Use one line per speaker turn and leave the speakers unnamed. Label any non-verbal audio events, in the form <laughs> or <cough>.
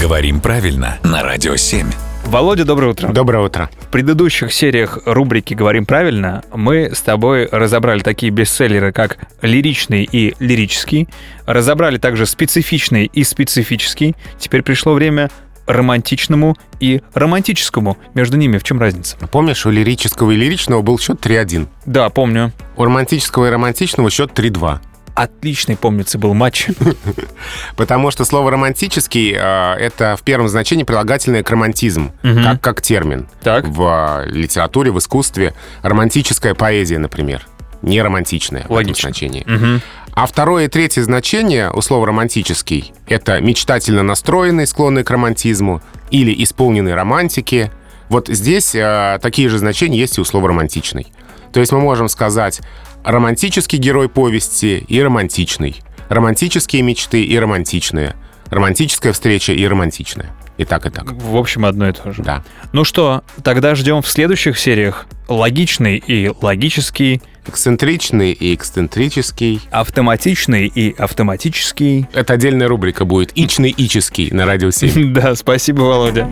Говорим правильно на Радио 7.
Володя, доброе утро.
Доброе утро.
В предыдущих сериях рубрики «Говорим правильно» мы с тобой разобрали такие бестселлеры, как «Лиричный» и «Лирический». Разобрали также «Специфичный» и «Специфический». Теперь пришло время романтичному и романтическому. Между ними в чем разница?
Помнишь, у лирического и лиричного был счет 3-1.
Да, помню.
У романтического и романтичного счет 3-2.
Отличный, помнится, был матч.
Потому что слово «романтический» э, это в первом значении прилагательное к романтизм,
Мгм.
как, как термин.
Так.
В э, литературе, в искусстве. Романтическая поэзия, например. Не романтичная в этом
Логично.
значении.
Мгм.
А второе и третье значение у слова «романтический» — это мечтательно настроенный, склонный к романтизму, или исполненный романтики. Вот здесь э, такие же значения есть и у слова «романтичный». То есть мы можем сказать «романтический герой повести» и «романтичный», «романтические мечты» и «романтичные», «романтическая встреча» и «романтичная». И так, и так.
В общем, одно и то же.
Да.
Ну что, тогда ждем в следующих сериях логичный и логический,
Эксцентричный и эксцентрический.
автоматичный и автоматический. <laughs>
Это отдельная рубрика будет «Ичный-ический» на радио 7.
Да, спасибо, Володя.